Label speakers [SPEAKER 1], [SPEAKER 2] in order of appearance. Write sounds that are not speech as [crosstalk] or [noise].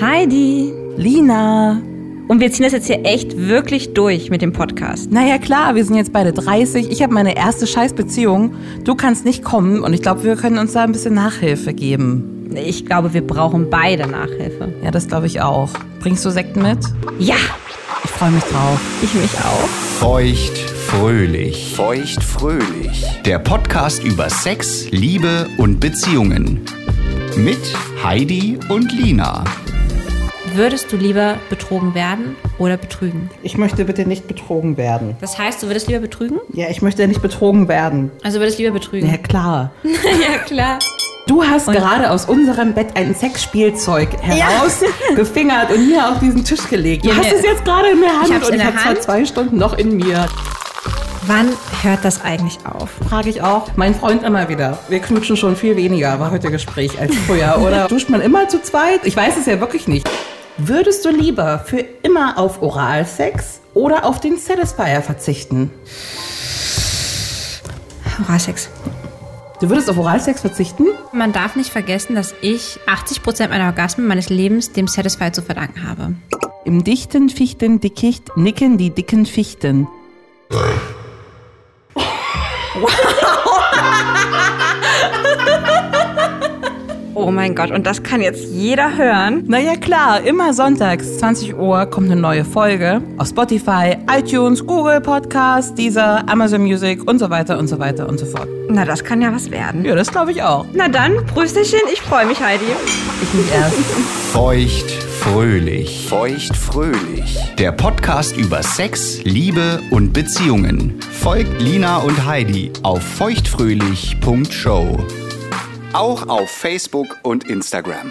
[SPEAKER 1] Heidi.
[SPEAKER 2] Lina.
[SPEAKER 1] Und wir ziehen das jetzt hier echt wirklich durch mit dem Podcast.
[SPEAKER 2] Naja, klar, wir sind jetzt beide 30. Ich habe meine erste Scheißbeziehung. Du kannst nicht kommen und ich glaube, wir können uns da ein bisschen Nachhilfe geben.
[SPEAKER 1] Ich glaube, wir brauchen beide Nachhilfe.
[SPEAKER 2] Ja, das glaube ich auch. Bringst du Sekten mit?
[SPEAKER 1] Ja,
[SPEAKER 2] Ich freue mich drauf.
[SPEAKER 1] ich mich auch.
[SPEAKER 3] Feucht fröhlich.
[SPEAKER 4] Feucht fröhlich.
[SPEAKER 3] Der Podcast über Sex, Liebe und Beziehungen. Mit Heidi und Lina.
[SPEAKER 1] Würdest du lieber betrogen werden oder betrügen?
[SPEAKER 5] Ich möchte bitte nicht betrogen werden.
[SPEAKER 1] Das heißt, du würdest lieber betrügen?
[SPEAKER 5] Ja, ich möchte nicht betrogen werden.
[SPEAKER 1] Also würdest lieber betrügen.
[SPEAKER 2] Ja, klar.
[SPEAKER 1] [laughs] ja klar.
[SPEAKER 5] Du hast gerade aus unserem Bett ein Sexspielzeug [laughs] heraus gefingert und hier auf diesen Tisch gelegt. Du
[SPEAKER 1] Ja,
[SPEAKER 5] hast
[SPEAKER 1] mir-
[SPEAKER 5] es jetzt gerade in der Hand
[SPEAKER 1] hab's
[SPEAKER 5] und
[SPEAKER 1] in der
[SPEAKER 5] ich hab's vor
[SPEAKER 1] Hand.
[SPEAKER 5] zwei Stunden noch in mir.
[SPEAKER 1] Wann hört das eigentlich auf?
[SPEAKER 5] Frage ich auch meinen Freund immer wieder. Wir knutschen schon viel weniger, war heute Gespräch, als früher. [laughs] Oder duscht man immer zu zweit? Ich weiß es ja wirklich nicht. Würdest du lieber für immer auf Oralsex oder auf den Satisfier verzichten?
[SPEAKER 1] Oralsex.
[SPEAKER 5] Du würdest auf Oralsex verzichten?
[SPEAKER 1] Man darf nicht vergessen, dass ich 80% meiner Orgasmen meines Lebens dem Satisfy zu verdanken habe.
[SPEAKER 5] Im dichten Fichten dickicht nicken die dicken Fichten.
[SPEAKER 1] Oh mein Gott, und das kann jetzt jeder hören.
[SPEAKER 2] Naja, klar. Immer sonntags, 20 Uhr, kommt eine neue Folge. Auf Spotify, iTunes, Google Podcast, Deezer, Amazon Music und so weiter und so weiter und so fort.
[SPEAKER 1] Na, das kann ja was werden.
[SPEAKER 2] Ja, das glaube ich auch.
[SPEAKER 1] Na dann, Prösterchen, ich freue mich, Heidi.
[SPEAKER 2] Ich mich erst.
[SPEAKER 3] Feucht fröhlich.
[SPEAKER 4] Feucht fröhlich.
[SPEAKER 3] Der Podcast über Sex, Liebe und Beziehungen. Folgt Lina und Heidi auf feuchtfröhlich.show. Auch auf Facebook und Instagram.